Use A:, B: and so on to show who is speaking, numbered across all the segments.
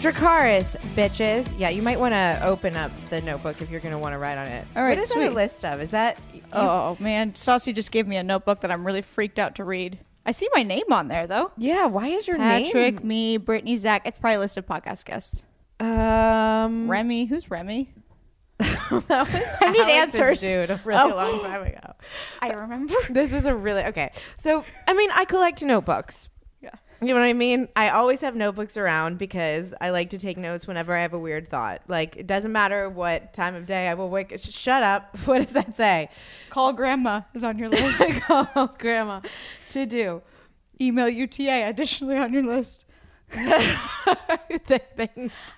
A: Dracaris, bitches. Yeah, you might want to open up the notebook if you're going to want to write on it.
B: All right,
A: what is that
B: sweet.
A: a list of? Is that you-
B: Oh man, Saucy just gave me a notebook that I'm really freaked out to read. I see my name on there though.
A: yeah? Why is your
B: Patrick,
A: name?
B: me, Brittany, Zach. It's probably a list of podcast guests.
A: Um,
B: Remy, who's Remy?
A: that was
B: I need
A: Alex's
B: answers.
A: dude, a really
B: Oh.
A: long time ago.
B: I remember.
A: This was a really okay. So, I mean, I collect notebooks.
B: Yeah.
A: You know what I mean? I always have notebooks around because I like to take notes whenever I have a weird thought. Like it doesn't matter what time of day I will wake. sh- Shut up. What does that say?
B: Call Grandma is on your list.
A: Call grandma to do.
B: Email UTA additionally on your list.
A: Thanks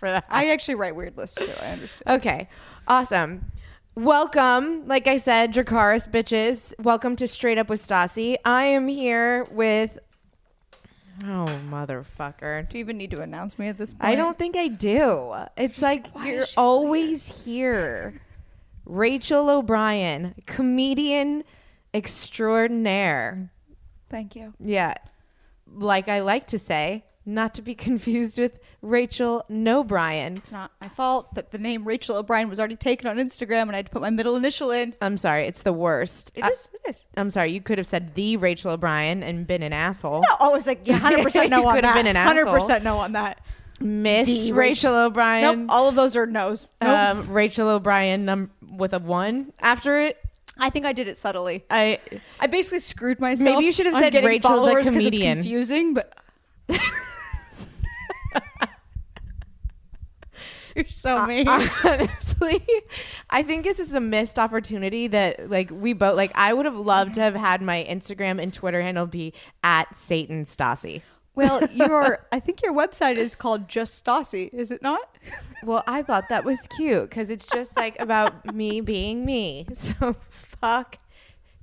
A: for that.
B: I actually write weird lists too. I understand.
A: Okay. Awesome. Welcome, like I said, Dracaris bitches. Welcome to Straight Up with Stassi. I am here with Oh motherfucker.
B: Do you even need to announce me at this point?
A: I don't think I do. It's like
B: why is
A: you're
B: she still here?
A: always here. Rachel O'Brien, comedian extraordinaire.
B: Thank you.
A: Yeah. Like I like to say, not to be confused with Rachel No Bryan.
B: It's not my fault that the name Rachel O'Brien was already taken on Instagram, and I had to put my middle initial in.
A: I'm sorry, it's the worst.
B: It is.
A: I-
B: It is.
A: I'm sorry, you could have said the Rachel O'Brien and been an asshole.
B: Oh, it's like yeah, hundred percent no
A: You
B: on
A: could
B: that.
A: have been an asshole.
B: 100% no on that.
A: Miss
B: The
A: Rachel,
B: Rachel-
A: O'Brien.
B: Nope, all of those are no's. Nope.
A: Um, Rachel O'Brien num- with a one after it.
B: I think I did it subtly.
A: I
B: I basically screwed myself.
A: Maybe you should have
B: on
A: said
B: getting
A: Rachel the
B: followers 'cause
A: comedian.
B: It's confusing, but you're so mean.
A: honestly, I think this is a missed opportunity that like we both like. I would have loved to have had my Instagram and Twitter handle be at Satan Stassi.
B: well, your I think your website is called Just Stassi, is it not?
A: Well, I thought that was cute because it's just like about me being me. So fuck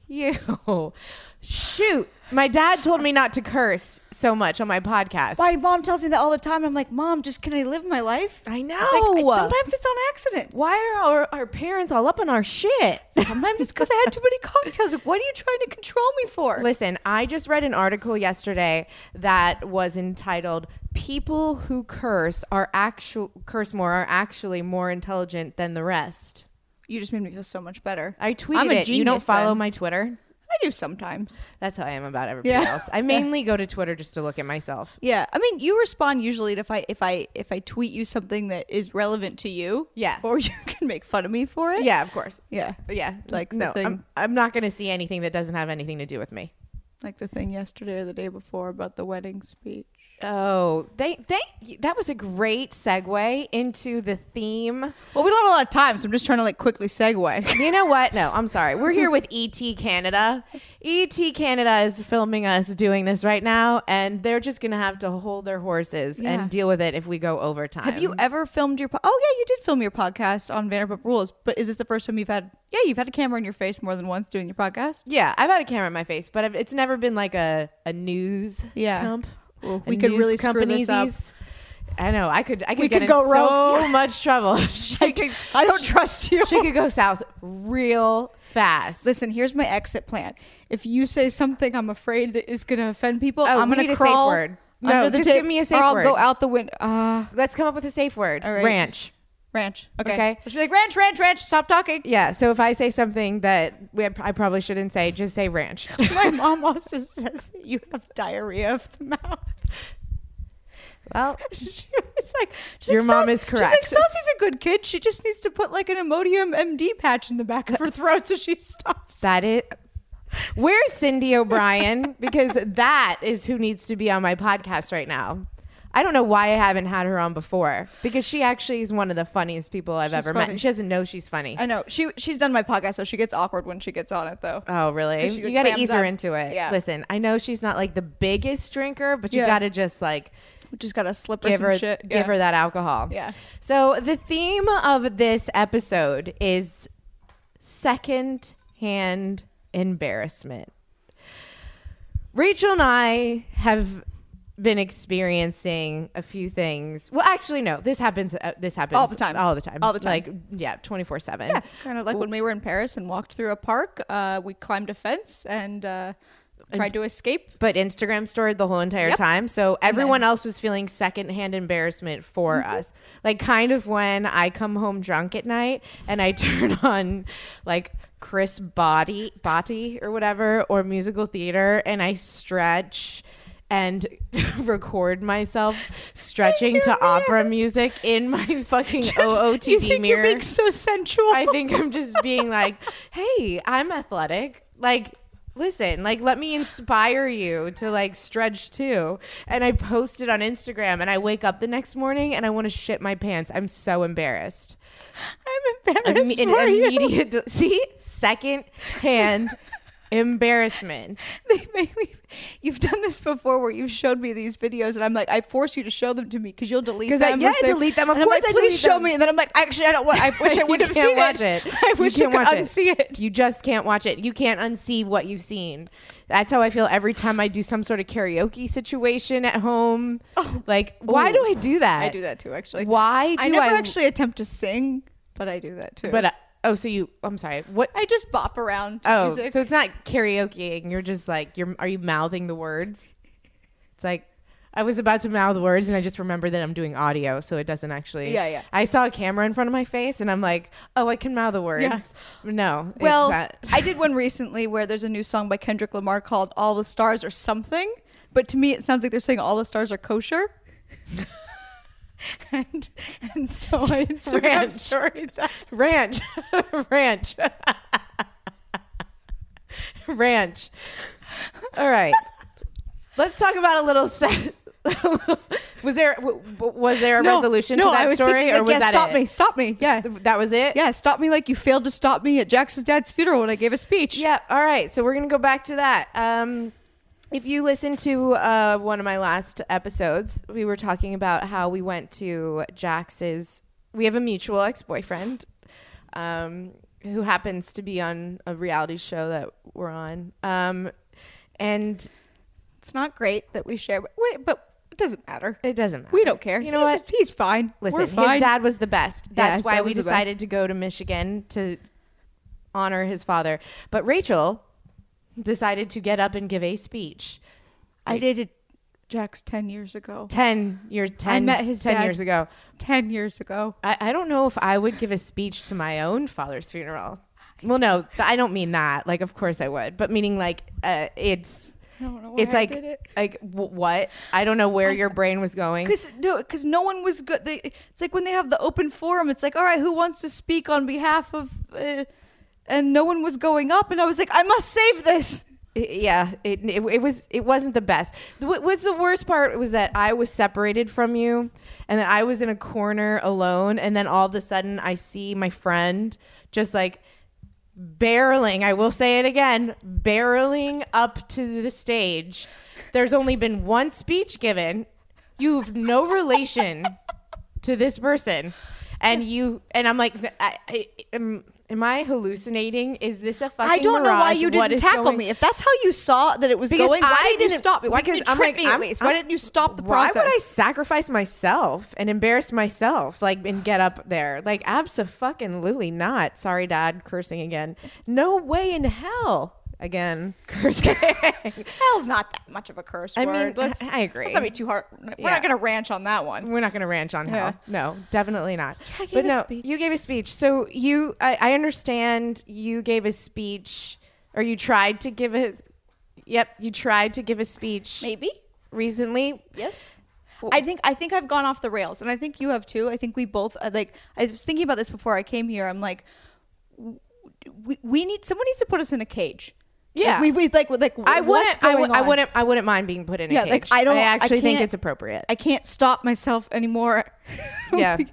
A: you. Shoot. My dad told me not to curse so much on my podcast.
B: My mom tells me that all the time. I'm like, Mom, just can I live my life?
A: I know.
B: Like, I- sometimes it's on accident.
A: Why are our, our parents all up on our shit?
B: Sometimes it's because I had too many cocktails. Like, what are you trying to control me for?
A: Listen, I just read an article yesterday that was entitled "People Who Curse Are Actual Curse More Are Actually More Intelligent Than the Rest."
B: You just made me feel so much better.
A: I tweeted
B: I'm a
A: it. You don't
B: genius,
A: follow
B: then.
A: my Twitter?
B: I do sometimes.
A: That's how I am about everybody
B: Yeah.
A: else. I
B: Yeah.
A: mainly go to Twitter just to look at myself.
B: Yeah, I mean, you respond usually to if I if I if I tweet you something that is relevant to you.
A: Yeah.
B: or you can make fun of me for it.
A: Yeah, of course.
B: yeah,
A: Yeah,
B: Like the
A: no,
B: thing-
A: I'm, I'm not going to see anything that doesn't have anything to do with me.
B: like the thing yesterday or the day before about the wedding speech.
A: Oh, they they that was a great segue into the theme.
B: Well, we don't have a lot of time, so I'm just trying to like quickly segue.
A: You know what? No, I'm sorry. We're here with ET Canada. ET Canada is filming us doing this right now, and they're just going to have to hold their horses
B: Yeah.
A: and deal with it if we go overtime.
B: have you ever filmed your? Po- oh yeah, you did film your podcast on Vanderpump Rules. But is this the first time you've had? Yeah, you've had a camera in your face more than once doing your podcast.
A: Yeah, I've had a camera in my face, but I've, it's never been like a a news
B: Yeah.
A: dump.
B: we
A: and
B: could
A: news
B: really screw this up.
A: companiesies. I know. I could. I could
B: We
A: get
B: could
A: in
B: go
A: so much trouble. she,
B: I,
A: could,
B: I don't trust you.
A: she could go south real fast.
B: Listen, here's my exit plan. If you say something I'm afraid that is going to offend people, I'm
A: Oh, we
B: going
A: need a
B: to
A: safe
B: crawl.
A: word.
B: under
A: No,
B: the
A: just give
B: table,
A: me a
B: or
A: safe
B: I'll
A: word.
B: go out the window. Uh,
A: Let's come up with a safe word.
B: All right.
A: Ranch.
B: ranch. Okay.
A: Okay.
B: I should be like, ranch, ranch, ranch. Stop talking.
A: Yeah. So if I say something that we, I probably shouldn't say, just say ranch.
B: my mom also says that you have diarrhea of the mouth.
A: well,
B: She was like, she's
A: Your
B: like,
A: mom
B: "Sauce-
A: is correct."
B: She's like, Saucy's a good kid. She just needs to put like an Imodium MD patch in the back of her throat so she stops.
A: that is. Where's Cindy O'Brien? Because that is who needs to be on my podcast right now. I don't know why I haven't had her on before because she actually is one of the funniest people I've ever met.
B: funny.
A: And she doesn't know she's funny.
B: I know she she's done my podcast, so she gets awkward when she gets on it though.
A: Oh, really?
B: And she, like,
A: you got to
B: clams
A: ease her
B: up.
A: into it.
B: Yeah.
A: Listen, I know she's not like the biggest drinker, but you
B: Yeah.
A: got to just like
B: We just gotta slip her
A: give
B: some
A: her
B: shit.
A: give
B: Yeah.
A: her that alcohol.
B: Yeah.
A: So the theme of this episode is second hand embarrassment. Rachel and I have been experiencing a few things. Well, actually, no. This happens. Uh, this happens
B: All the time.
A: All the time.
B: All the time.
A: Like yeah, twenty four seven.
B: Yeah, kind of like when we were in Paris and walked through a park. Uh, we climbed a fence and uh, tried to escape.
A: but Instagram stored the whole entire
B: Yep.
A: time. So everyone else was feeling secondhand embarrassment for
B: Mm-hmm.
A: us. Like kind of when I come home drunk at night and I turn on like Chris Body Botti or whatever or musical theater and I stretch and record myself stretching to opera music in my fucking OOTD
B: you think
A: oh, mirror.
B: You're being so sensual.
A: I think I'm just being like, hey, I'm athletic. Like, listen, like, let me inspire you to like stretch too. And I post it on Instagram and I wake up the next morning and I want to shit my pants. I'm so embarrassed.
B: I'm
A: Imme-
B: embarrassed
A: an
B: for you.
A: immediate, see, second hand embarrassment.
B: They make me. You've done this before, where you've showed me these videos, and I'm like, I force you to show them to me because you'll delete
A: 'Cause
B: them.
A: I-
B: or
A: yeah, I
B: say-
A: delete them. Of
B: and I'm
A: course
B: like,
A: I
B: please
A: delete
B: show
A: them."
B: me. And then I'm like, actually, I don't want. I wish I
A: You
B: would have
A: can't
B: seen
A: watch
B: it.
A: it.
B: I wish
A: you
B: you
A: can't
B: could
A: watch
B: unsee it.
A: You just can't watch it. You can't unsee what you've seen. That's how I feel every time I do some sort of karaoke situation at home. like, why do I do that?
B: Oh, I do that too, actually.
A: Why do
B: I never
A: I-
B: actually attempt to sing, but I do that too.
A: But uh, oh, so you? I'm sorry. What?
B: I just bop around. To
A: oh,
B: music.
A: so it's not karaokeing. You're just like you're. Are you mouthing the words? It's like. I was about to mouth words and I just remembered that I'm doing audio, so it doesn't actually.
B: Yeah, yeah.
A: I saw a camera in front of my face and I'm like, oh, I can mouth the words. No. it's
B: Well,
A: not-
B: I did one recently where there's a new song by Kendrick Lamar called "All the Stars Are Something," but to me it sounds like they're saying "All the stars are kosher." and and so I Instagram
A: Ranch.
B: story that
A: ranch ranch ranch all right let's talk about a little se- was there w- w- was there a resolution to that
B: I was
A: story
B: thinking,
A: or
B: like,
A: was
B: yeah,
A: that
B: stop
A: it?
B: me, stop me, yeah,
A: that was it
B: yeah, stop me like you failed to stop me at Jax's dad's funeral when I gave a speech.
A: Yeah. All right. So we're gonna go back to that. Um, if you listen to uh, one of my last episodes, we were talking about how we went to Jax's. We have a mutual ex-boyfriend, um, who happens to be on a reality show that we're on. Um, and
B: it's not great that we share, but, wait, but it doesn't matter.
A: it doesn't matter.
B: We don't care.
A: You know
B: he's,
A: what?
B: He's fine.
A: Listen,
B: We're fine.
A: his dad was the best. That's
B: his
A: why
B: dad
A: we
B: was the best.
A: decided to go to Michigan to honor his father. But Rachel decided to get up and give a speech.
B: I dated Jax ten years ago.
A: 10 years 10
B: met his
A: 10
B: dad.
A: years ago
B: Ten years ago.
A: I, I don't know if i would give a speech to my own father's funeral well no th- i don't mean that like of course i would but meaning like uh, it's
B: don't know why
A: it's
B: I
A: like
B: did it.
A: like w- what i don't know where your brain was going
B: Because no, because no one was good. They, it's like when they have the open forum. It's like, all right, who wants to speak on behalf of? Uh, and no one was going up, and I was like, I must save this.
A: I- yeah it, it, it was it wasn't the best what was the worst part was that i was separated from you and that i was in a corner alone and then all of a sudden i see my friend just like barreling i will say it again barreling up to the stage there's only been one speech given you've no relation to this person and you and i'm like I, I, um, Am I hallucinating? Is this a fucking?
B: I don't know why
A: mirage?
B: you
A: What
B: didn't
A: is
B: tackle
A: going-
B: me. If that's how you saw that it was going, why
A: I
B: didn't, you
A: didn't-
B: stop me? Why didn't
A: because
B: you
A: I'm
B: trip
A: like,
B: me at
A: I'm-
B: least? Why didn't you stop the
A: Why
B: process?
A: would I sacrifice myself and embarrass myself, like, and get up there? Like, abso-fucking-lutely not. Sorry, Dad, cursing again. No way in hell. Again, cursing.
B: Hell's not that much of a curse
A: I mean,
B: word. Let's-
A: I- I agree.
B: Let's not be too hard. We're
A: Yeah.
B: not going to ranch on that one.
A: We're not going to ranch on hell.
B: Yeah.
A: No, definitely not.
B: I gave
A: but
B: a
A: no,
B: speech.
A: you gave a speech. So you, I, I understand you gave a speech, or you tried to give a. Yep, you tried to give a speech
B: Maybe.
A: recently.
B: Yes. I think I think I've gone off the rails, and I think you have too. I think we both uh, like. I was thinking about this before I came here. I'm like, w- we, we need someone needs to put us in a cage. Like,
A: Yeah.
B: we we like like
A: I
B: what's
A: wouldn't. I,
B: going
A: would, I
B: on?
A: wouldn't. I wouldn't mind being put in a
B: Yeah,
A: cage.
B: like I don't.
A: I actually think
B: can't-
A: it's appropriate.
B: I can't stop myself anymore.
A: Yeah.
B: Like,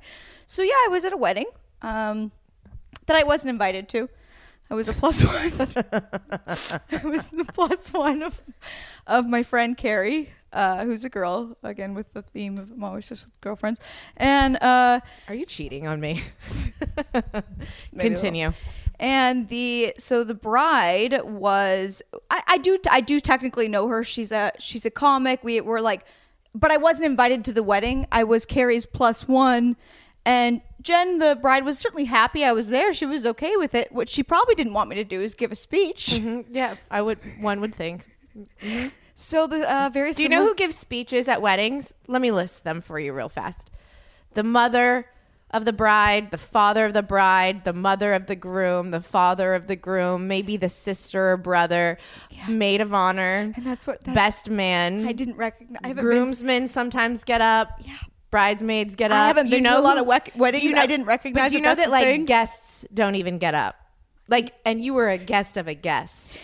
B: so yeah, I was at a wedding um, that I wasn't invited to. I was a plus one. I was the plus one of of my friend Carrie, uh, who's a girl again with the theme of I'm always just with girlfriends, and uh,
A: Are you cheating on me?
B: maybe a little.
A: Continue.
B: And the so the bride was I, I do I do technically know her. She's a she's a comic. We were like, but I wasn't invited to the wedding. I was Carrie's plus one, and Jen the bride was certainly happy I was there. She was okay with it. What she probably didn't want me to do is give a speech.
A: Yeah, I would. One would think.
B: So the uh, very
A: Do you know who gives speeches at weddings? Let me list them for you real fast. The mother of the bride, the father of the bride, the mother of the groom, the father of the groom, maybe the sister or brother, maid of honor,
B: And that's what- that's-
A: best man.
B: I didn't recognize. I haven't been-
A: Groomsmen sometimes get up. Yeah. Bridesmaids get up.
B: I haven't
A: You
B: been to a lot of wec-
A: do
B: weddings. I didn't
A: but
B: recognize
A: do you
B: that
A: know
B: that's
A: that
B: a
A: like
B: thing?
A: guests don't even get up? Like, and you were a guest of a guest.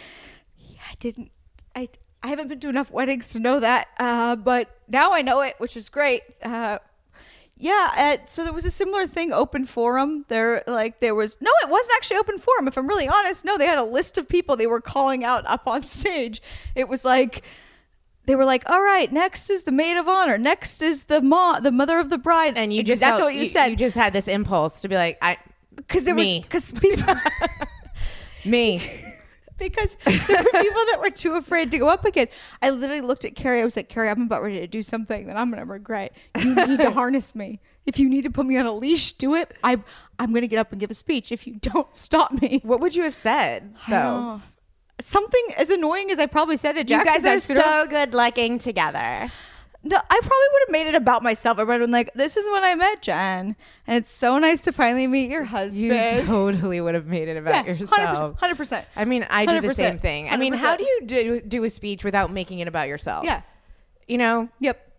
B: I didn't. I I haven't been to enough weddings to know that. Uh, but now I know it, which is great. Uh, yeah. Uh, so there was a similar thing, open forum. There, like, there was no. It wasn't actually open forum. If I'm really honest, no. They had a list of people they were calling out up on stage. It was like. They were like, "All right, next is the maid of honor. Next is the ma, the mother of the bride."
A: And you just
B: exactly
A: felt-
B: what you, said
A: You just had this impulse to be like, I,
B: because there
A: me.
B: was because people
A: me.
B: because there were people that were too afraid to go up again. I literally looked at Carrie. I was like, Carrie, I'm about ready to do something that I'm gonna regret. You need to harness me. If you need to put me on a leash, do it. I I'm gonna get up and give a speech. If you don't stop me,
A: What would you have said though?
B: Oh. something as annoying as I probably said at
A: You
B: Jackson's
A: guys are
B: funeral-
A: so good looking together.
B: No, I probably would have made it about myself. I would have been like, "This is when I met Jen, and it's so nice to finally meet your
A: You
B: husband."
A: totally would have made it about
B: Yeah, 100%,
A: yourself.
B: 100%.
A: I mean, I do the same
B: 100%,
A: thing. I mean, how do you do, do a speech without making it about yourself?
B: yeah.
A: You know?
B: Yep.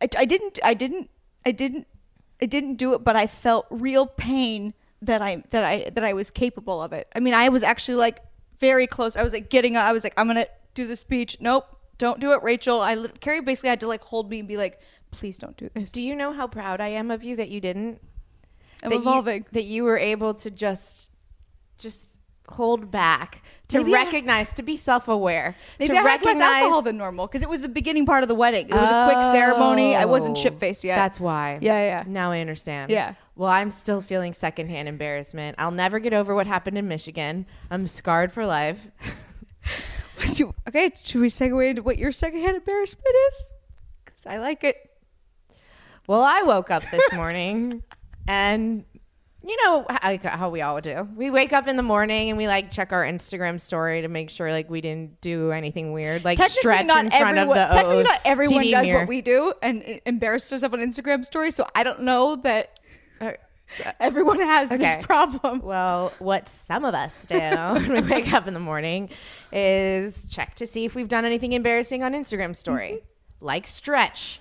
B: I, I didn't I didn't I didn't I didn't do it, but I felt real pain that I that I that I was capable of it. I mean, I was actually like very close. I was like getting up. I was like I'm going to do the speech. Nope. Don't do it, Rachel. I lit- Carrie basically had to like hold me and be like, "Please don't do this."
A: Do you know how proud I am of you that you didn't?
B: I'm
A: that you-
B: evolving.
A: that you were able to just just hold back, to
B: Maybe I-
A: recognize, to be self-aware,
B: Maybe
A: to
B: I had
A: recognize
B: less alcohol than normal because it was the beginning part of the wedding. It was a quick ceremony. I wasn't
A: Oh,
B: shit faced yet.
A: That's why.
B: Yeah, yeah.
A: Now I understand.
B: Yeah.
A: Well, I'm still feeling secondhand embarrassment. I'll never get over what happened in Michigan. I'm scarred for life.
B: Do- okay, should we segue into what your secondhand embarrassment is? Because I like it.
A: Well, I woke up this morning and you know h- how we all do. We wake up in the morning and we like check our Instagram story to make sure like we didn't do anything weird, like stretch in front
B: everyone,
A: of the
B: technically not
A: OOTD
B: everyone does
A: mirror.
B: what we do and uh, embarrass us up on Instagram story. So I don't know that uh, everyone has
A: okay.
B: this problem.
A: Well, what some of us do when we wake up in the morning is check to see if we've done anything embarrassing on Instagram story,
B: Mm-hmm.
A: like stretch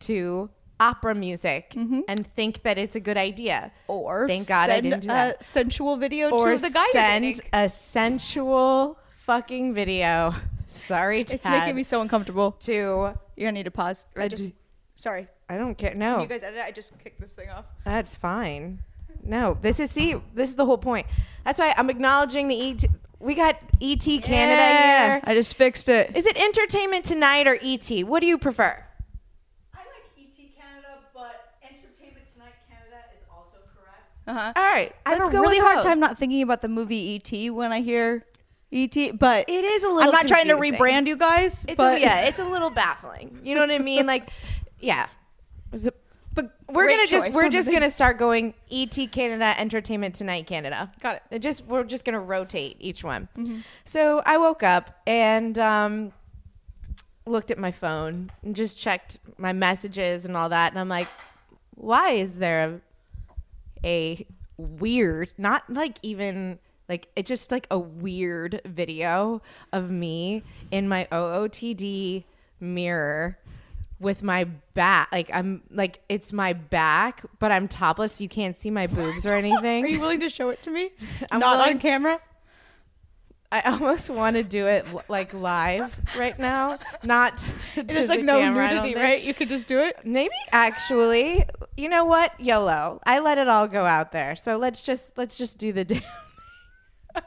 A: to opera music and think that it's a good idea.
B: Mm-hmm. Or
A: thank God
B: send
A: I didn't do
B: a
A: that.
B: sensual video
A: Or
B: to the guy.
A: send
B: You're dating.
A: a sensual fucking video. Sorry, Tad.
B: it's making me so uncomfortable.
A: to.
B: You're gonna need to pause. I
A: I
B: just,
A: d-
B: sorry,
A: I don't care. No,
B: you guys edit. it? I just kicked this thing off.
A: That's fine. No, this is see, this is the whole point. That's why I'm acknowledging the ET. We got ET Canada here.
B: I just fixed it.
A: Is it Entertainment Tonight or ET? What do you prefer?
C: E I like ET Canada, but Entertainment Tonight Canada is also correct.
B: Uh-huh.
A: All right,
B: I have
A: let's
B: a
A: go
B: really
A: with
B: hard
A: both.
B: time not thinking about the movie ET when I hear ET, but
A: It is a
B: I'm
A: little
B: not trying to
A: confusing.
B: rebrand you guys,
A: It's
B: but
A: a, yeah, it's a little baffling. You know what I mean? Like, yeah. It's a-
B: But
A: we're
B: great
A: gonna just
B: choice
A: we're
B: on
A: just
B: the-
A: gonna start going ET Canada Entertainment Tonight Canada.
B: Got it. Mm-hmm.
A: Just we're just gonna rotate each one. So I woke up and um, looked at my phone and just checked my messages and all that, and I'm like, why is there a, a weird, not like even like it's just like a weird video of me in my OOTD mirror with my back like I'm like it's my back but I'm topless you can't see my boobs or anything
B: Are you willing to show it to me?
A: I'm
B: not
A: willing-
B: on camera.
A: I almost want to do it li- like live right now not to
B: Just
A: the
B: like no
A: camera, I don't
B: nudity,
A: think.
B: right? You could just do it.
A: Maybe actually, you know what? YOLO. I let it all go out there. So let's just let's just do the damn. thing.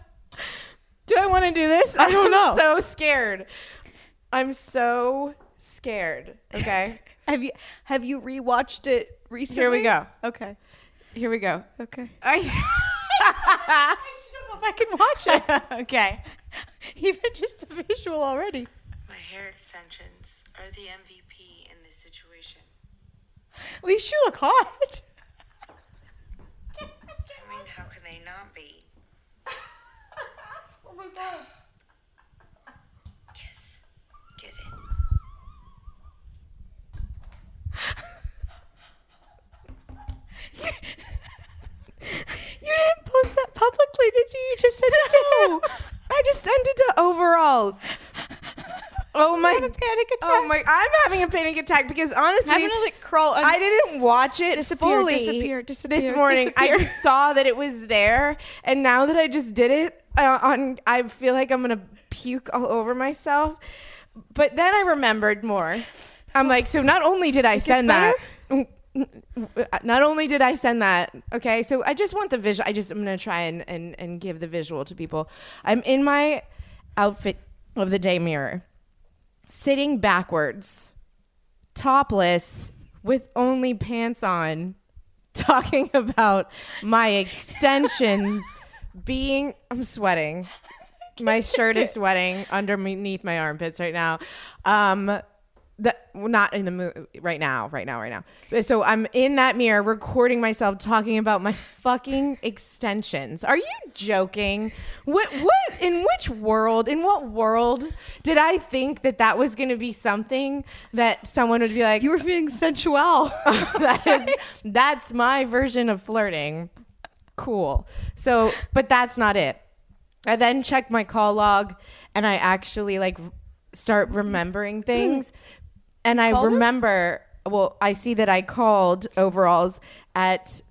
A: do I want to do this? I
B: don't know.
A: am so scared. I'm so scared. Okay.
B: Have you have you rewatched it recently?
A: go.
B: Okay.
A: Here we go.
B: Okay.
A: I, I don't know if I can watch it. okay.
B: Even just the visual already.
C: My hair extensions are the MVP in this situation.
B: At least you look hot.
C: I mean, how can they not be?
A: Oh my god.
C: Yes. Get it.
A: You didn't post that publicly, did you? You just sent it to no. I just sent it to overalls. Oh my!
B: a panic
A: Oh
B: attack.
A: my! I'm having a panic attack because honestly,
B: I'm gonna, like, crawl un-
A: I didn't watch it
B: Disappear,
A: fully
B: disappear,
A: this
B: disappear,
A: morning. I
B: disappear.
A: just saw that it was there, and now that I just did it, uh, on I feel like I'm gonna puke all over myself. But then I remembered more. I'm like, so not only did I send that. Not only did I send that, okay, so I just want the visual. I just, I'm going to try and, and, and give the visual to people. I'm in my outfit of the day mirror, sitting backwards topless with only pants on talking about my extensions being I'm sweating. My shirt is sweating underneath my armpits right now. Um that well, not in the mo- right now, right now, right now. So I'm in that mirror recording myself talking about my fucking extensions. Are you joking? What what in which world? In what world did I think that that was going to be something that someone would be like
B: You were feeling sensual.
A: that is that's my version of flirting. Cool. So, but that's not it. I then check my call log and I actually like r- start remembering things and I remember well, I see that I called overalls at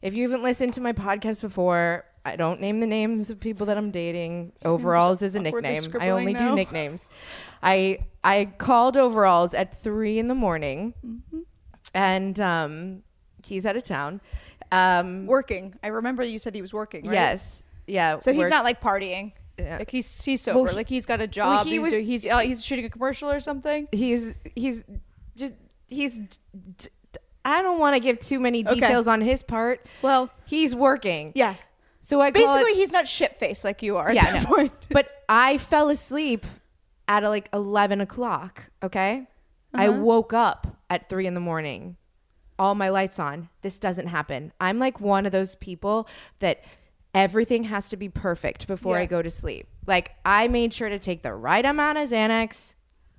A: if you haven't listened to my podcast before, I don't name the names of people that I'm dating. Overalls is a
B: awkward to
A: nickname. I
B: scribbling
A: only do
B: now.
A: nicknames. I I called overalls at three in the morning and um, he's out of town. Um,
B: working. I remember you said he was working. Right?
A: Yes, yeah.
B: So he's
A: work-
B: not like partying.
A: Yeah.
B: Like he's he's sober.
A: he-
B: like he's got a job.
A: well, he
B: he's
A: was-
B: doing- he's uh, he's shooting a commercial or something.
A: He's he's just he's. d- d- I don't want to give too many
B: Okay.
A: details on his part.
B: Well-
A: he's working.
B: Yeah.
A: So I call
B: Basically,
A: it-
B: he's not shit faced like you are. At
A: yeah,
B: that
A: no.
B: point.
A: but I fell asleep at like eleven o'clock. Okay, I
B: Uh-huh.
A: woke up at three in the morning. All my lights on. This doesn't happen. I'm like one of those people that everything has to be perfect before I
B: Yeah.
A: go to sleep. Like I made sure to take the right amount of Xanax,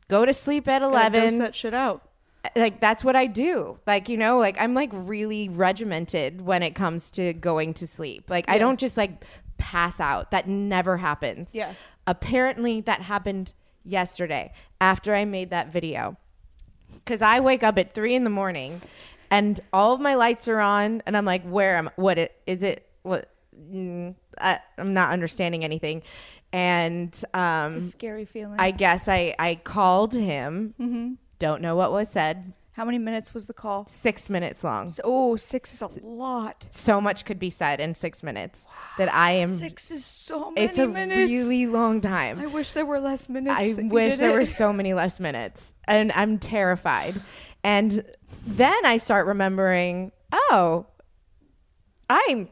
A: go to sleep at
B: Gotta dose
A: eleven
B: that shit out.
A: like that's what I do. Like you know, like I'm like really regimented when it comes to going to sleep. Like I don't just like pass out. That never happens.
B: Yeah.
A: Apparently that happened yesterday after I made that video. Cause I wake up at three in the morning and all of my lights are on and I'm like, where am I? What it, is it? What? mm, I, I'm not understanding anything. And um,
B: Scary feeling.
A: I guess I, I called him. Don't know what was said.
B: How many minutes was the call?
A: Six minutes long.
B: Oh, six is a lot.
A: So much could be said in six minutes that I am.
B: Six is so many
A: it's a
B: minutes.
A: really long time.
B: I wish there were less minutes.
A: I
B: that you
A: wish
B: did
A: there
B: it.
A: were so many less minutes. And I'm terrified. And then I start remembering, oh, I'm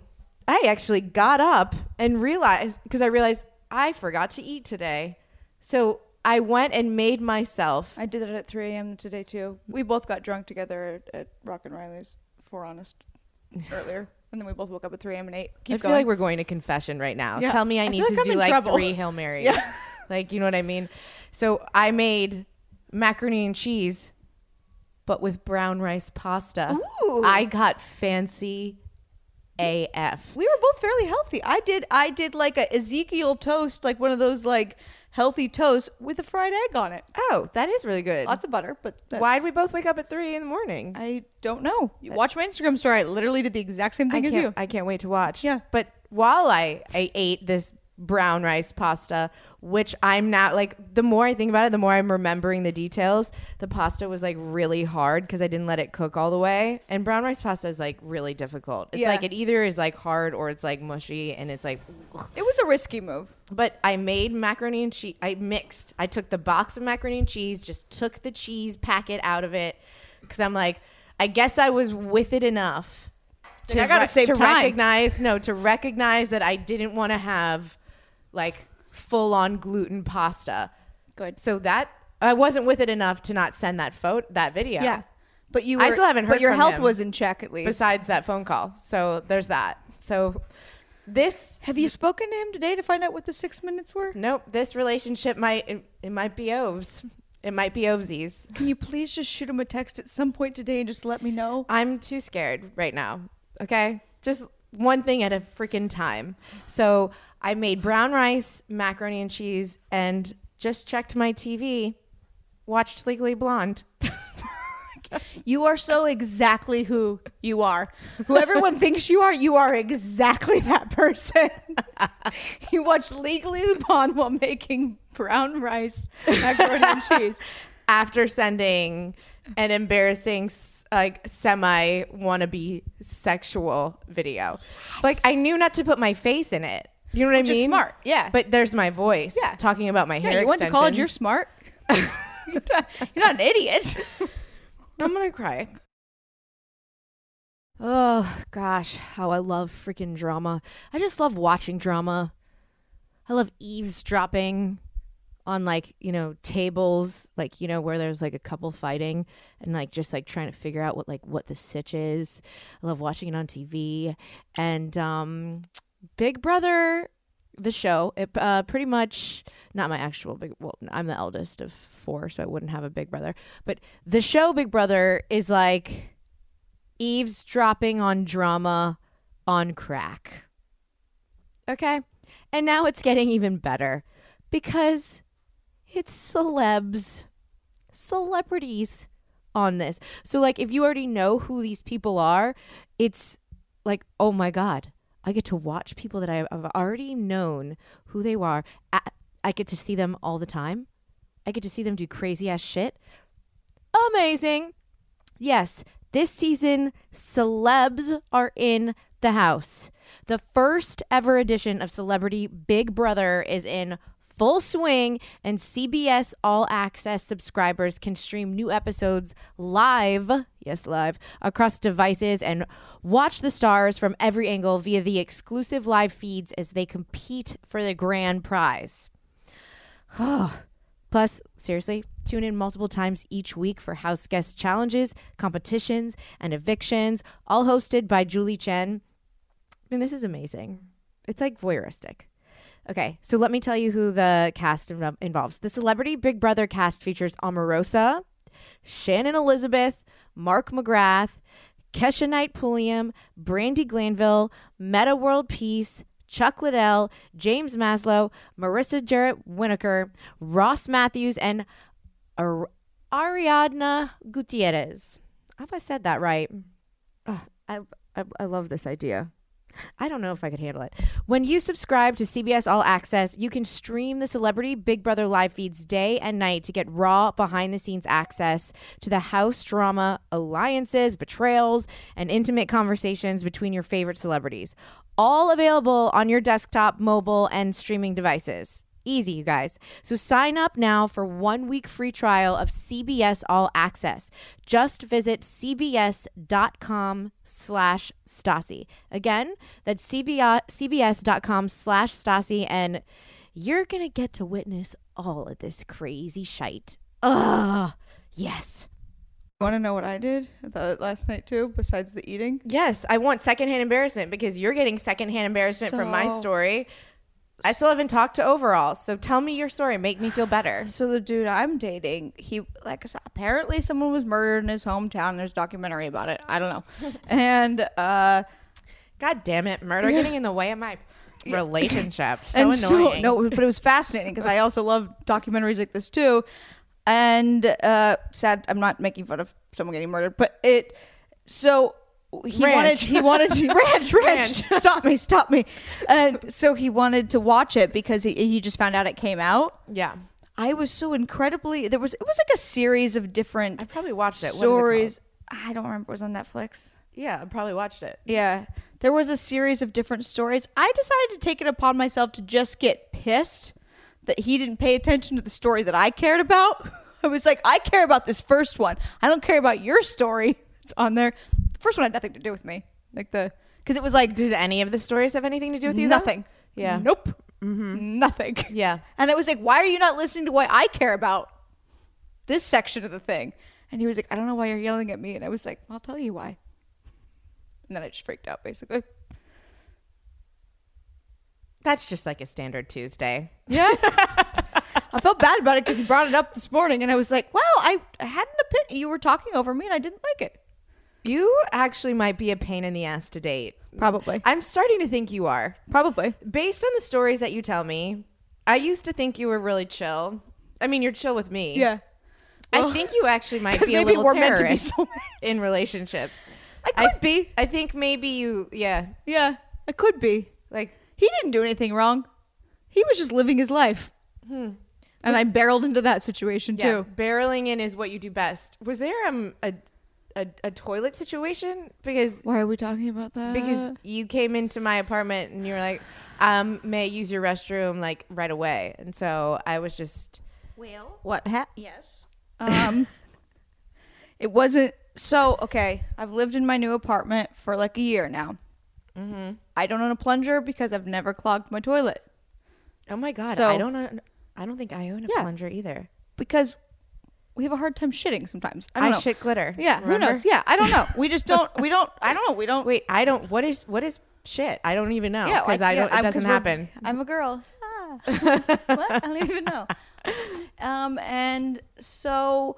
A: I actually got up and realized because I realized I forgot to eat today. So I went and made myself
B: I did that at 3 a.m. today too. We both got drunk together at, at Rock and Riley's for honest earlier, and then we both woke up at 3 a.m. and ate. Keep
A: I feel
B: going.
A: like we're going to confession right now.
B: Yeah.
A: Tell me I
B: I
A: need
B: feel
A: to
B: like I'm
A: do
B: in
A: like
B: trouble.
A: three Hail Marys.
B: Yeah.
A: like, you know what I mean? So I made macaroni and cheese, but with brown rice pasta.
B: Ooh.
A: I got fancy AF.
B: we were both fairly healthy. I did I did like a Ezekiel toast, like one of those like healthy toasts with a fried egg on it.
A: Oh, that is really good.
B: Lots of butter, but that's,
A: Why'd we both wake up at three in the morning?
B: I don't know. You watch my Instagram story. I literally did the exact same
A: I
B: thing as
A: can't-
B: you.
A: I can't wait to watch.
B: Yeah.
A: But while I, I ate this brown rice pasta, which I'm not like, the more I think about it, the more I'm remembering the details. The pasta was like really hard because I didn't let it cook all the way. And brown rice pasta is like really difficult. It's
B: Yeah.
A: like it either is like hard or it's like mushy and it's like, ugh.
B: it was a risky move.
A: But I made macaroni and cheese. I mixed. I took the box of macaroni and cheese, just took the cheese packet out of it because I'm like, I guess I was with it enough to,
B: I gotta save
A: to
B: time.
A: recognize no to recognize that I didn't want to have like full on gluten pasta.
B: Good.
A: So that I wasn't with it enough to not send that photo that video.
B: Yeah, but you. Were,
A: I still haven't heard
B: But your
A: from
B: health
A: him.
B: was in check at least.
A: Besides that phone call, so there's that. So this
B: have you spoken to him today to find out what the six minutes were?
A: Nope, this relationship might it, it might be oves. It might be ovesies.
B: Can you please just shoot him a text at some point today and just let me know?
A: I'm too scared right now. Okay? Just one thing at a freaking time. So, I made brown rice, macaroni and cheese and just checked my TV, watched Legally Blonde.
B: You are so exactly who you are. Who everyone thinks you are, you are exactly that person. you watch Legally Blonde while making brown rice, macaroni and cheese.
A: after sending an embarrassing s- like semi wannabe sexual video. Like I knew not to put my face in it. You know what
B: Which
A: I
B: is
A: mean?
B: smart, yeah.
A: But there's my voice
B: Yeah.
A: talking about my hair.
B: Yeah, you went to college. You're
A: extensions.
B: smart. you're, not, you're not an idiot.
A: I'm gonna cry. Oh gosh, how I love freaking drama. I just love watching drama. I love eavesdropping on like, you know, tables, like, you know, where there's like a couple fighting and like just like trying to figure out what like what the sitch is. I love watching it on TV. And um Big Brother the show it uh, pretty much not my actual big well i'm the eldest of four so i wouldn't have a big brother but the show big brother is like eavesdropping on drama on crack okay and now it's getting even better because it's celebs celebrities on this so like if you already know who these people are it's like oh my god i get to watch people that i've I've already known who they are I, I get to see them all the time i get to see them do crazy ass shit amazing yes this season celebs are in the house the first ever edition of celebrity big brother is in full swing and cbs all access subscribers can stream new episodes live yes live across devices and watch the stars from every angle via the exclusive live feeds as they compete for the grand prize Plus, seriously, tune in multiple times each week for house guest challenges, competitions, and evictions, all hosted by Julie Chen. I mean, this is amazing. It's like voyeuristic. Okay, so let me tell you who the cast inv- involves. The Celebrity Big Brother cast features Omarosa, Shannon Elizabeth, Mark McGrath, Kesha Knight Pulliam, Brandy Glanville, Meta World Peace, Chuck Liddell, James Maslow, Marissa Jarrett Winokur, Ross Matthews, and Ar- Ariadna Gutierrez. I hope I said that right. Ugh, I, I, I love this idea. I don't know if I could handle it. When you subscribe to CBS All Access, you can stream the Celebrity Big Brother live feeds day and night to get raw behind the scenes access to the house drama, alliances, betrayals, and intimate conversations between your favorite celebrities. All available on your desktop, mobile, and streaming devices. Easy, you guys. So sign up now for one week free trial of CBS All Access. Just visit cbs.com slash Stasi. Again, that's CBS, cbs.com slash Stasi, and you're going to get to witness all of this crazy shite. Ugh, yes.
B: You want to know what I did the last night too? Besides the eating,
A: Yes, I want secondhand embarrassment because you're getting secondhand embarrassment from my
B: So-
A: story. I still haven't talked to overall, so tell me your story. Make me feel better.
B: So the dude I'm dating, he like I said, apparently someone was murdered in his hometown. There's a documentary about it. I don't know. and uh
A: God damn it, murder getting in the way of my relationship. So
B: and
A: annoying.
B: no, but it was fascinating because I also love documentaries like this too. And uh sad I'm not making fun of someone getting murdered, but it so he wanted
A: Ranch.
B: he wanted to ranch ranch, stop me stop me and so he wanted to watch it because he, he just found out it came out
A: yeah,
B: I was so incredibly there was it was like a series of different
A: I probably watched it. What is it called?
B: stories. I don't remember it was on Netflix.
A: yeah, I probably watched it.
B: Yeah. There was a series of different stories. I decided to take it upon myself to just get pissed that he didn't pay attention to the story that I cared about. I was like, I care about this first one. I don't care about your story. It's on there. The first one had nothing to do with me. Like the because it was like
A: Did any of the stories have anything to do with you? though?
B: nothing.
A: Yeah. Mm-hmm.
B: Nope. Nothing.
A: Yeah.
B: And I was like, why are you not listening to what I care about? This section of the thing. And he was like, I don't know why you're yelling at me. And I was like, I'll tell you why. And then I just freaked out basically.
A: That's just like a standard Tuesday.
B: Yeah. I felt bad about it because he brought it up this morning and I was like, well, I I had an opinion. You were talking over me and I didn't like it.
A: You actually might be a pain in the ass to date.
B: Probably.
A: I'm starting to think you are.
B: Probably.
A: based on the stories that you tell me, I used to think you were really chill. I mean, you're chill with me.
B: Yeah.
A: I think you actually might
B: Because
A: be a
B: maybe
A: little
B: we're meant to be
A: terrorist
B: soulmates.
A: in relationships.
B: I could be.
A: I think maybe you, yeah,
B: Yeah. I could be.
A: like
B: He didn't do anything wrong. He was just living his life. Hmm. And I barreled into that situation
A: yeah,
B: too.
A: barreling in is what you do best. Was there um a a, a toilet situation because
B: Why are we talking about that?
A: because you came into my apartment and you were like, um, may I use your restroom like right away, and so I was just
B: Well,
A: what ha-
B: yes. Um, it wasn't so okay. I've lived in my new apartment for like a year now. I don't own a plunger because I've never clogged my toilet
A: oh my god
B: So-
A: I don't know I don't think I own a
B: Yeah.
A: plunger either
B: because we have a hard time shitting sometimes. I
A: I,
B: don't know.
A: shit glitter
B: Yeah,
A: remember?
B: who knows? Yeah, I don't know. We just don't. We don't. I don't know. We don't.
A: Wait, I don't. What is what is shit? I don't even know. because I,
B: can't-
A: don't.
B: I'm-
A: It
B: 'cause
A: doesn't
B: we're-
A: happen.
B: I'm a girl. Ah. what? I don't even know. Um, and so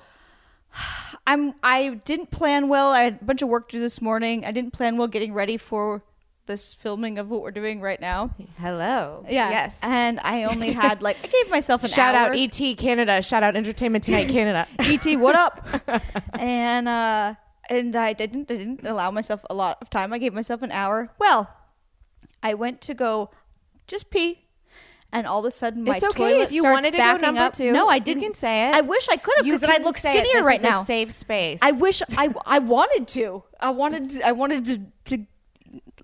B: I'm. I didn't plan well. I had a bunch of work to do this morning. I didn't plan well getting ready for this filming of what we're doing right now.
A: Hello.
B: Yeah.
A: Yes.
B: And I only had like I gave myself an
A: Shout
B: hour.
A: out ET Canada. Shout out Entertainment Tonight Canada.
B: ET, E what up? and uh, and I didn't I didn't allow myself a lot of time. I gave myself an hour. Well, I went to go just pee, and all of a sudden my
A: it's okay
B: toilet
A: if you
B: starts
A: wanted to go
B: backing
A: number
B: up.
A: two.
B: No, I
A: you
B: didn't.
A: can say it.
B: I wish I could have
A: You
B: because then I'd
A: can
B: look
A: say it.
B: skinnier
A: This
B: right
A: is a
B: now.
A: safe space.
B: I wish I I wanted to. I wanted to, I wanted to, to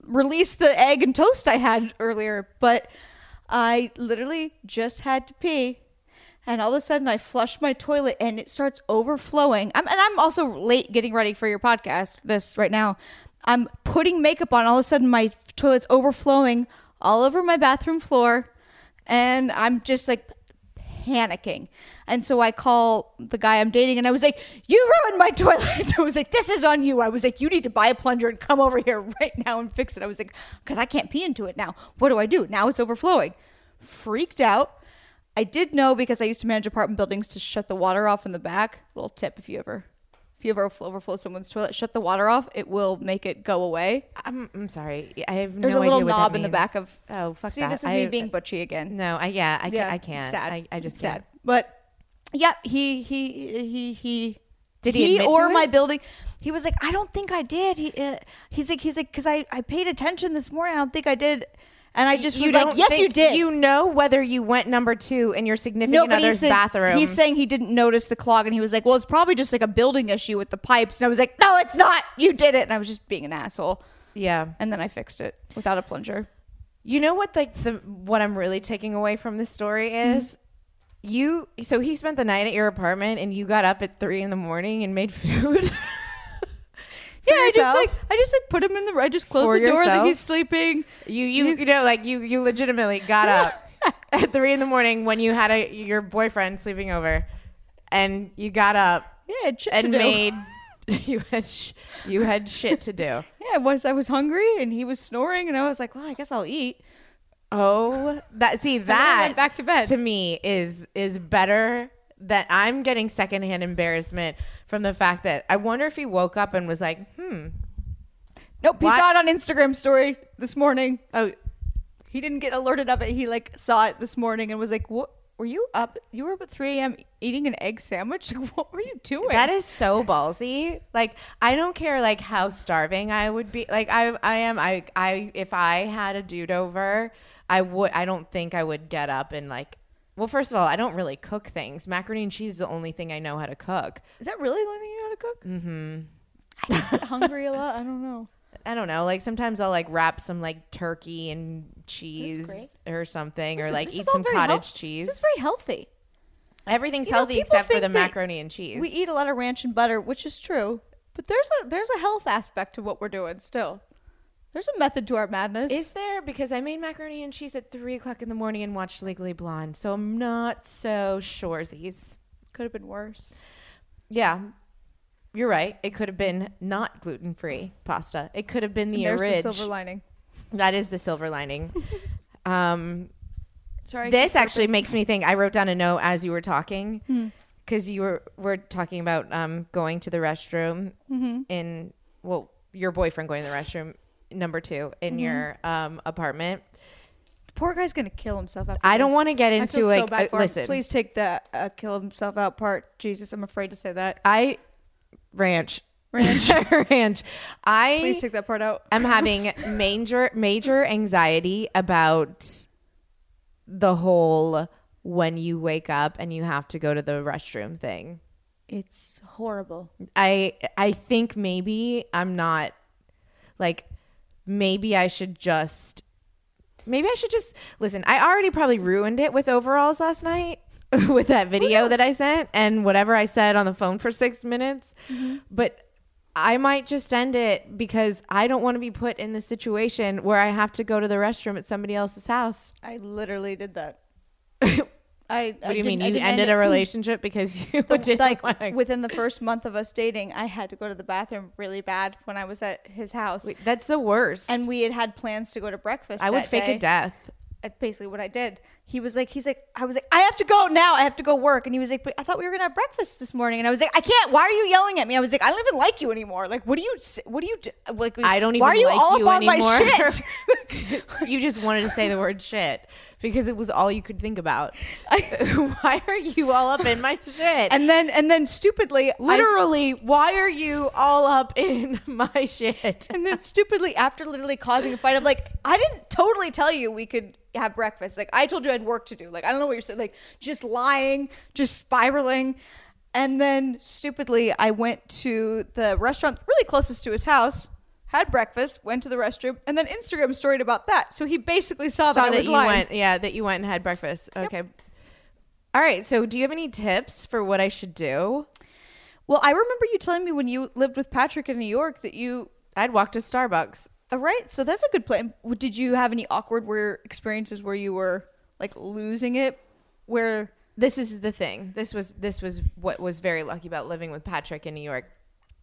B: release the egg and toast I had earlier, but I literally just had to pee. And all of a sudden, I flush my toilet and it starts overflowing. I'm, and I'm also late getting ready for your podcast, this right now. I'm putting makeup on. All of a sudden, my toilet's overflowing all over my bathroom floor. And I'm just like panicking. And so I call the guy I'm dating and I was like, You ruined my toilet. I was like, This is on you. I was like, You need to buy a plunger and come over here right now and fix it. I was like, Because I can't pee into it now. What do I do? Now it's overflowing. Freaked out. I did know because I used to manage apartment buildings to shut the water off in the back. Little tip if you ever. If you ever overflow, overflow someone's toilet, shut the water off. It will make it go away.
A: I'm, I'm sorry. I have
B: There's
A: no
B: a little
A: idea what that
B: knob in the back
A: means.
B: of.
A: Oh fuck
B: See,
A: that.
B: this is
A: I-
B: me being butchy again.
A: No, I yeah. I
B: Yeah,
A: can't. I
B: it's
A: can't.
B: Sad.
A: I, I just
B: It's
A: can't.
B: sad. But yeah, he he he he
A: Did he admit to
B: or
A: it?
B: my building. He was like, I don't think I did. He uh, he's like he's like because I I paid attention this morning. I don't think I did. And I just was like,
A: don't
B: yes, you
A: think-
B: did.
A: You know whether you went number two in your significant
B: Nobody
A: other's
B: said-
A: bathroom.
B: He's saying he didn't notice the clog, and he was like, "Well, it's probably just like a building issue with the pipes." And I was like, "No, it's not. You did it." And I was just being an asshole.
A: yeah.
B: And then I fixed it without a plunger.
A: You know what like the what I'm really taking away from this story
B: Mm-hmm.
A: is you so he spent the night at your apartment and you got up at three in the morning and made food.
B: Yeah, I just
A: yourself?
B: like I just like put him in the. I just close
A: For
B: the door that
A: yourself?
B: he's sleeping.
A: You you you know like you you legitimately got up at three in the morning when you had a your boyfriend sleeping over, and you got up
B: Yeah, it shit to
A: and
B: do.
A: made you had sh- you had shit to do.
B: Yeah, once I was hungry and he was snoring, and I was like, well, I guess I'll eat.
A: Oh, that see
B: then I
A: that
B: went back to bed.
A: to me is is better that I'm getting secondhand embarrassment from the fact that I wonder if he woke up and was like, hmm,
B: Nope, he
A: Why-
B: saw it on Instagram story this morning.
A: oh,
B: He didn't get alerted of it. He like saw it this morning and was like, what? Were you up? You were up at 3 a.m. eating an egg sandwich. Like, what were you doing?
A: that is so ballsy. Like I don't care like how starving I would be. Like I I am I I if I had a dude over, I would I don't think I would get up and like. Well, first of all, I don't really cook things. Macaroni and cheese is the only thing I know how to cook.
B: Is that really the only thing you know how to cook? Mm-hmm. I just get hungry a lot. I don't know.
A: I don't know. Like sometimes I'll like wrap some like turkey and cheese or something, or
B: Listen,
A: like
B: this is
A: eat
B: all
A: some
B: very
A: cottage
B: health-
A: cheese.
B: This is very healthy.
A: Everything's
B: You know,
A: healthy
B: people
A: except for
B: think
A: the
B: that
A: macaroni and cheese.
B: We eat a lot of ranch and butter, which is true. But there's a there's a health aspect to what we're doing still. There's a method to our madness.
A: is there because I made macaroni and cheese at three o'clock in the morning and watched Legally Blonde, so I'm not so sure. These,
B: could have been worse.
A: yeah, you're right. It could have been not gluten free pasta. It could have been the
B: there's
A: orig.
B: the silver lining.
A: that is the silver lining. um,
B: Sorry.
A: this actually makes me think i wrote down a note as you were
B: Hmm.
A: talking because you were were talking about um going to the restroom
B: Mm-hmm.
A: in well your boyfriend going to the restroom number two in
B: Mm-hmm.
A: your um apartment
B: poor guy's gonna kill himself. After
A: I don't
B: this.
A: wanna get
B: I
A: into,
B: feel so
A: like,
B: bad
A: uh,
B: for him.
A: listen.
B: Please take the uh, kill himself out part. Jesus, I'm afraid to say that.
A: i ranch ranch ranch i
B: Please take that part out.
A: I'm having major major anxiety about the whole when you wake up and you have to go to the restroom thing.
B: It's horrible.
A: I I think maybe I'm not like maybe I should just maybe I should just listen. I already probably ruined it with overalls last night with that video that I sent and whatever I said on the phone for 6 minutes.
B: Mm-hmm.
A: But I might just end it because I don't want to be put in the situation where I have to go to the restroom at somebody else's house.
B: I literally did that. I.
A: What do you mean? You ended a relationship because you didn't
B: Mm, like
A: want to.
B: within the first month of us dating, I had to go to the bathroom really bad when I was at his house,
A: That's the worst.
B: and we had had plans to go to breakfast.
A: I would
B: that
A: fake
B: day.
A: a death.
B: That's basically what I did. He was like, he's like, I was like, I have to go now. I have to go work. And he was like, but I thought we were gonna have breakfast this morning. And I was like, I can't. Why are you yelling at me? I was like, I don't even like you anymore. Like, what do you? s- What do you? do- Like,
A: I don't even
B: Why are you
A: like
B: all
A: you
B: up on
A: anymore.
B: my shit?
A: you just wanted to say the word shit because it was all you could think about. why are you all up in my shit?
B: and then, and then, stupidly, I,
A: literally, why are you all up in my shit?
B: and then stupidly after literally causing a fight of like i didn't totally tell you we could have breakfast like i told you i had work to do like i don't know what you're saying like just lying just spiraling and then stupidly i went to the restaurant really closest to his house had breakfast went to the restroom and then instagram storied about that so he basically saw, that,
A: Saw
B: I
A: that
B: Oh, was
A: you
B: lying
A: went, yeah, that you went and had breakfast. Okay. All right. So, do you have any tips for what I should do?
B: well i remember you telling me when you lived with patrick in new york that you
A: I'd walk to Starbucks.
B: all right so that's a good plan W- did you have any awkward where experiences where you were like losing it where
A: this is the thing. This was this was what was very lucky about living with Patrick in New York.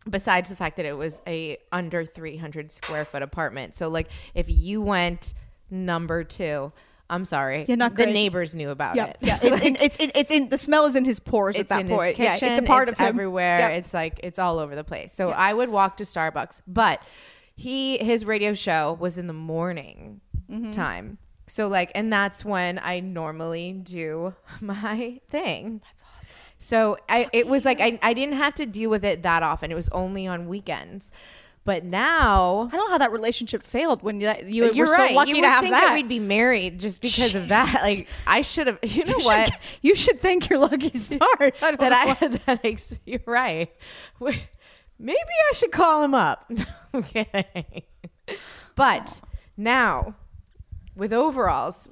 A: Besides the fact that it was a under 300 square foot apartment. So like if you went number 2, I'm sorry.
B: Yeah, not
A: the
B: great.
A: neighbors knew about
B: Yeah,
A: it.
B: yeah. It, it- it's in, it's in the smell is in his pores at
A: It's
B: that
A: in
B: point.
A: his kitchen.
B: yeah, it's a part of him.
A: everywhere.
B: Yeah.
A: It's like it's all over the place. So I would walk to Starbucks, but he his radio show was in the morning
B: Mm-hmm.
A: time. So like, and that's when I normally do my thing. That's awesome. So I, it was like I, I didn't have to deal with it that often. It was only on weekends. But now
B: I don't know how that relationship failed when you, you
A: you're
B: were
A: right.
B: so lucky
A: you
B: to
A: would
B: have
A: think
B: that.
A: we'd be married just because of that.
B: Jesus.
A: Like I should have. You know
B: You should-
A: what?
B: you should thank your lucky stars. I
A: that
B: don't know
A: I
B: why.
A: had that. Ex- you're right. Wait, Maybe I should call him up. okay. But now with overalls.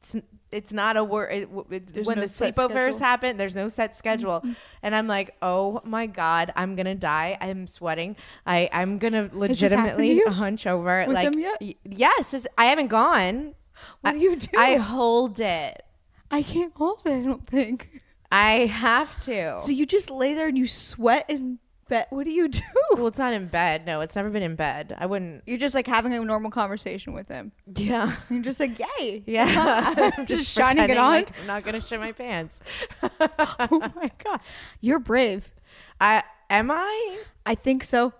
A: It's, it's not a word. It, w- it-
B: There's
A: when
B: no
A: the
B: set
A: sleepovers
B: schedule.
A: happen, there's no set schedule, and I'm like, oh my god, I'm gonna die. I'm sweating. I I'm gonna
B: this happened to
A: legitimately
B: you?
A: hunch over.
B: With
A: like
B: them yet?
A: y- yes, it's- I haven't gone.
B: What
A: I-
B: do you do?
A: I hold it.
B: I can't hold it. I don't think.
A: I have to.
B: So you just lay there and you sweat and bet. What do you do?
A: well, it's not in bed. No, it's never been in bed. I wouldn't.
B: You're just like having a normal conversation with him.
A: Yeah.
B: You're just like, yay.
A: Yeah. I'm
B: Just shining it
A: pretending
B: on.
A: like I'm not going to shit my pants.
B: oh my god, you're brave.
A: I am I?
B: I think so.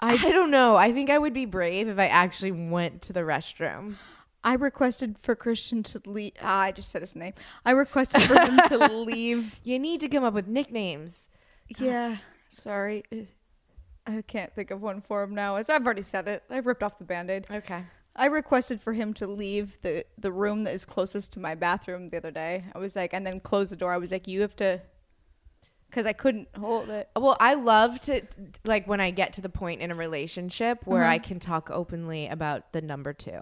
A: I don't know. I think I would be brave if I actually went to the restroom.
B: I requested for Christian to leave. Ah, I just said his name. I requested for him to leave.
A: You need to come up with nicknames.
B: Yeah, sorry. I can't think of one for him now. It's, I've already said it. I ripped off the band aid.
A: Okay.
B: I requested for him to leave the, the room that is closest to my bathroom the other day. I was like, and then close the door. I was like, you have to, because I couldn't hold it.
A: Well, I love to like when I get to the point in a relationship where
B: Mm-hmm.
A: I can talk openly about the number 2.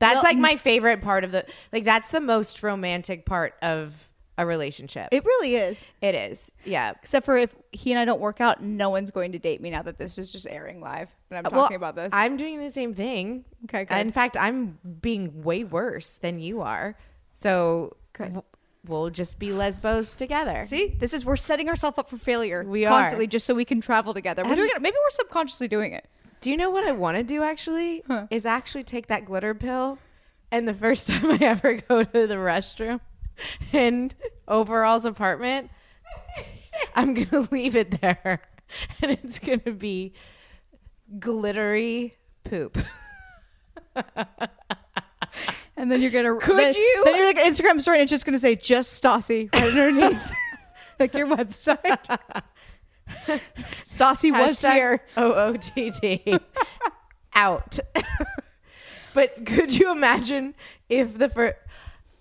A: That's
B: Well,
A: like my favorite part of the like that's the most romantic part of a relationship.
B: It really is.
A: it is. Yeah.
B: Except for if he and I don't work out, no one's going to date me now that this is just airing live. And I'm
A: Well,
B: talking about this.
A: I'm doing the same thing.
B: Okay, good.
A: In fact, I'm being way worse than you are. So w- we'll just be lesbos together.
B: See, this is we're setting ourselves up for failure.
A: We are.
B: constantly just so we can travel together. We're
A: And-
B: doing it. Maybe we're subconsciously doing it.
A: Do you know what I want to do actually? Is actually take that glitter pill and the first time I ever go to the restroom in overall's apartment, I'm going to leave it there. And it's going to be glittery poop.
B: And then you're gonna
A: Could
B: then,
A: you?
B: Then you're like an Instagram story, and it's just gonna say just Stassi right underneath, like your website. Stassi was
A: Hashtag
B: here.
A: OOTD. Out. but could you imagine if the first.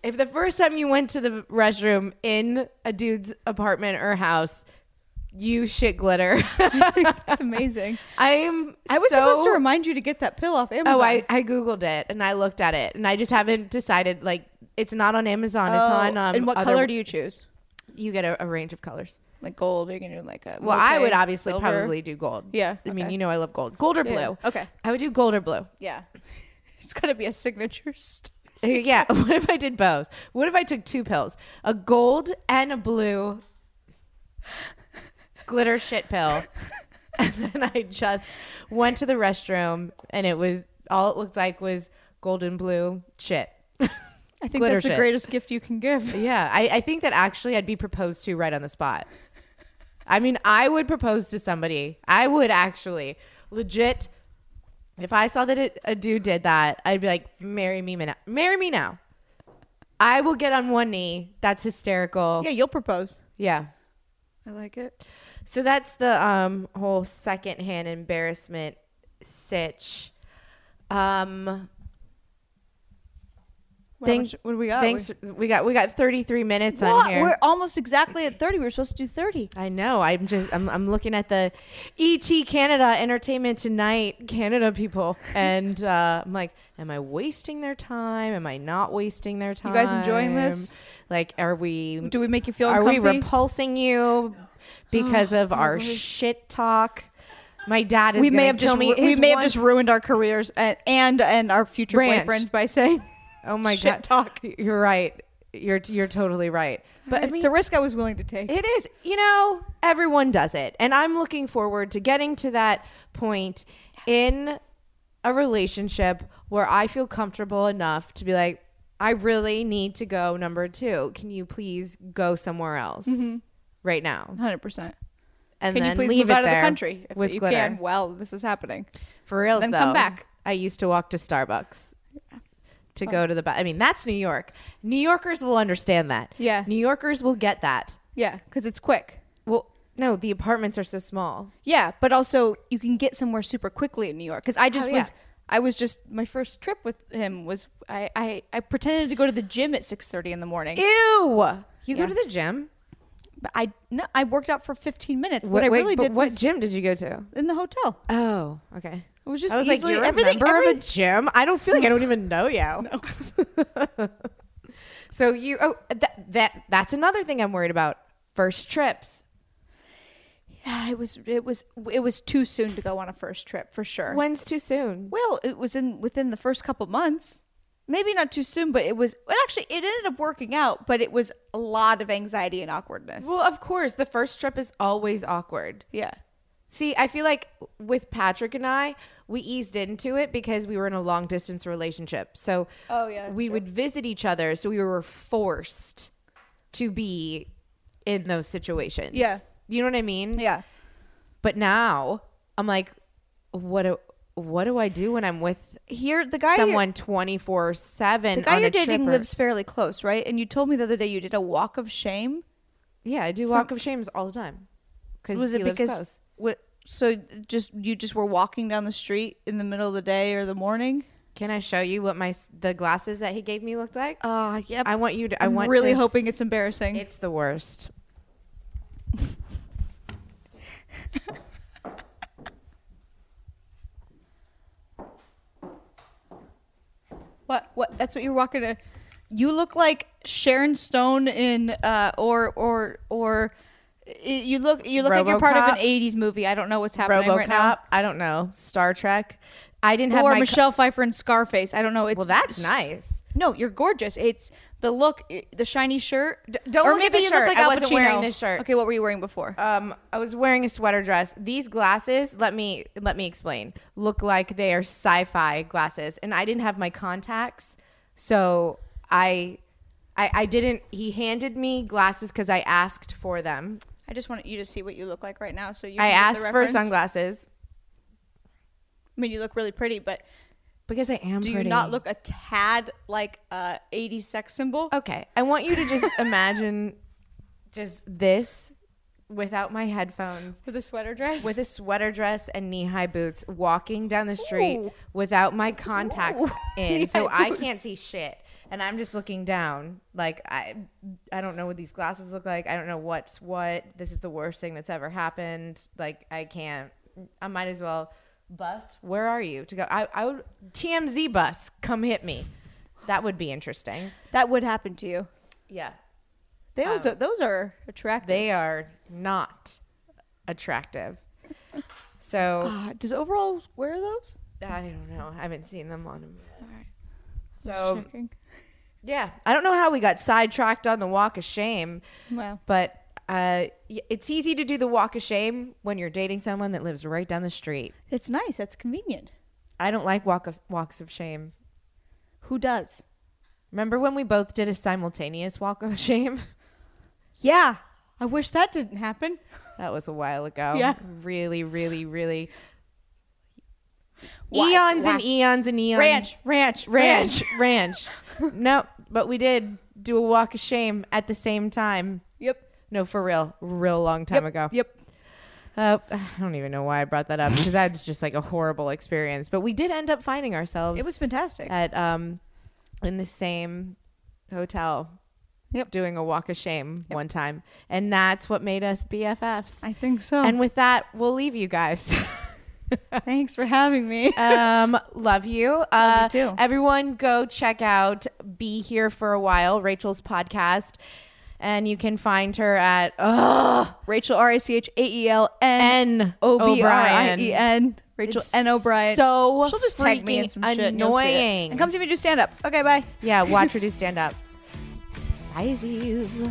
A: If the first time you went to the restroom in a dude's apartment or house, you shit glitter.
B: That's amazing.
A: I'm.
B: I was
A: so-
B: supposed to remind you to get that pill off Amazon.
A: Oh, I, I googled it and I looked at it and I just haven't decided. Like, it's not on Amazon. It's
B: Oh,
A: on. Um,
B: and what
A: other-
B: color do you choose?
A: you get a, a range of colors?
B: Like gold? You can do like a.
A: Well, I
B: military,
A: would obviously
B: silver.
A: probably do gold.
B: Yeah,
A: I mean,
B: okay.
A: you know, I love gold. Gold or
B: Yeah,
A: blue.
B: okay.
A: I would do gold or blue.
B: Yeah, it's gotta be a signature. St-
A: Uh, yeah. What if I did both? What if I took two pills? A gold and a blue glitter shit pill. And then I just went to the restroom and it was all it looked like was gold and blue shit.
B: I think
A: Glitter
B: that's the
A: shit.
B: greatest gift you can give.
A: Yeah. I, I think that actually I'd be proposed to right on the spot. I mean, I would propose to somebody. I would actually legit. If I saw that it, a dude did that, I'd be like, "Marry me now! Marry me now! I will get on one knee. That's hysterical."
B: Yeah, you'll propose.
A: Yeah.
B: I like it.
A: So that's the um whole secondhand embarrassment sitch. Um,
B: What,
A: Thank-
B: else- what do we got?
A: thanks.
B: We-
A: We got we got thirty three minutes on
B: What?
A: here.
B: We're almost exactly at 30. We were supposed to do 30.
A: I know. I'm just I'm I'm looking at the ET Canada Entertainment Tonight Canada people and uh I'm like am I wasting their time? Am I not wasting their time?
B: You guys enjoying this?
A: Like are we
B: Do we make you feel
A: are we
B: uncomfy? Oh
A: repulsing you because of our shit talk? My dad is
B: we
A: gonna
B: may have
A: kill
B: just
A: me.
B: ru- we
A: His
B: may have
A: one-
B: just ruined our careers and and, and our future
A: Ranch.
B: boyfriends by saying
A: Oh my
B: shit
A: god.
B: talk.
A: You're right. You're you're totally right. But I mean
B: it's a risk I was willing to take.
A: It is, you know, everyone does it. And I'm looking forward to getting to that point in a relationship where I feel comfortable enough to be like, I really need to go number two. Can you please go somewhere else right now?
B: 100. percent
A: And
B: Mm-hmm. Uh-huh. Can you
A: then
B: please
A: leave
B: move
A: it
B: out of the
A: there
B: country if
A: with
B: you
A: glitter.
B: can? Well, this is happening.
A: For real,
B: Then come
A: though,
B: back. Oh.
A: I used to walk to Starbucks to go to the. Ba- I mean, that's New York. New Yorkers will understand that.
B: Yeah.
A: New Yorkers will get that.
B: Yeah, because it's quick.
A: Well, no, the apartments are so small.
B: Yeah, but also you can get somewhere super quickly in New York. Because I just
A: Oh,
B: was,
A: yeah.
B: I was just my first trip with him was I I, I pretended to go to the gym at 6:30 in the morning.
A: Ew. You go to the gym?
B: But I no, I worked out for 15 minutes. What, I really
A: but
B: did
A: What
B: was
A: gym did you go to?
B: in the hotel.
A: Oh, okay.
B: It was just
A: I was like,
B: easily
A: you're a
B: everything.
A: member
B: every-
A: of a gym. I don't feel like I don't even know you. so you, oh, that, that that's another thing I'm worried about. First trips.
B: Yeah, it was it was it was too soon to go on a first trip for sure.
A: When's too soon?
B: well, it was in within the first couple months. Maybe not too soon, but it was well, actually it ended up working out, but it was a lot of anxiety and awkwardness.
A: Well, of course, the first trip is always awkward.
B: yeah.
A: See, I feel like with Patrick and I, we eased into it because we were in a long distance relationship. So
B: Oh, yeah, that's
A: we
B: true.
A: would visit each other, so we were forced to be in those situations.
B: Yeah.
A: You know what I mean?
B: Yeah.
A: But now I'm like, what do what do I do when I'm with
B: Here the guy you're-
A: someone twenty four seven?
B: the guy you're dating lives fairly close, right? And you told me the other day you did a walk of shame.
A: Yeah, I do walk of shames all the time. Because
B: Was
A: he
B: it
A: lives
B: because
A: close.
B: what, so just you just were walking down the street in the middle of the day or the morning?
A: Can I show you what my s- the glasses that he gave me looked like?
B: Uh yep.
A: I want you to. I
B: I'm
A: want
B: really
A: to,
B: hoping it's embarrassing.
A: It's the worst.
B: What? What? That's what you're walking to. You look like Sharon Stone in, uh, or or or. i- You look. You look like you're part of an
A: RoboCop?
B: '80s movie. I don't know what's happening
A: RoboCop.
B: right now.
A: I don't know. Star Trek. I didn't have
B: Or
A: my.
B: Michelle Pfeiffer in Scarface. I don't know. It's
A: well, that's
B: s-
A: nice.
B: No, you're gorgeous. It's the look, i- the shiny shirt. D-
A: don't
B: or
A: look at
B: maybe
A: the
B: you
A: shirt.
B: look like
A: I
B: Al
A: wasn't wearing
B: Pacino.
A: this shirt.
B: Okay, what were you wearing before?
A: Um, I was wearing a sweater dress. These glasses, let me let me explain. Look like they are sci-fi glasses, and I didn't have my contacts, so I, I, I didn't. He handed me glasses because I asked for them.
B: I just wanted you to see what you look like right now. So you.
A: I
B: can get
A: asked
B: the
A: for
B: reference.
A: sunglasses
B: I mean, you look really pretty, but
A: because I am.
B: do you
A: pretty.
B: not look a tad like a '80s sex symbol?
A: Okay. I want you to just imagine just this without my headphones,
B: With a sweater dress.
A: with a sweater dress and knee high boots, walking down the street
B: Ooh.
A: without my contacts
B: Ooh.
A: in. So
B: Knee-high
A: I can't
B: boots.
A: see shit. And I'm just looking down. Like I I don't know what these glasses look like. I don't know what's what. This is the worst thing that's ever happened. Like I can't I might as well bus, where are you? To go I, I would TMZ bus, come hit me. That would be interesting.
B: That would happen to you.
A: Yeah.
B: Those are those are attractive.
A: they are not attractive. So
B: Ah, does overall wear those?
A: I don't know. I haven't seen them on. a-
B: So
A: Yeah, I don't know how we got sidetracked on the walk of shame,
B: Wow.
A: but uh, y- it's easy to do the walk of shame when you're dating someone that lives right down the street.
B: it's nice. That's convenient.
A: I don't like walk of, walks of shame.
B: Who does?
A: Remember when we both did a simultaneous walk of shame?
B: Yeah. I wish that didn't happen.
A: That was a while ago.
B: Yeah.
A: Really, really, really.
B: Why-
A: Eons
B: why-
A: and eons and eons.
B: Ranch, ranch,
A: ranch, ranch. no, but we did do a walk of shame at the same time.
B: Yep.
A: No, for real, real long time ago.
B: Yep.
A: Uh, I don't even know why I brought that up because that's just like a horrible experience. But we did end up finding ourselves.
B: It was fantastic.
A: at um, in the same hotel.
B: Yep.
A: Doing a walk of shame one time, and that's what made us BFFs.
B: I think so.
A: And with that, we'll leave you guys.
B: Thanks for having me.
A: um love you uh
B: you too.
A: everyone go check out be here for a while rachel's podcast and you can find her at uh,
B: Rachel R A C H A E L
A: n
B: O B R I E
A: O'Brien.
B: N. Rachel
A: It's
B: N O'Brien.
A: so
B: she'll just tag me in
A: freaking
B: some shit and you'll see it.
A: annoying.
B: And come see me do stand up. Okay, bye.
A: yeah watch her do stand up bye Aziz.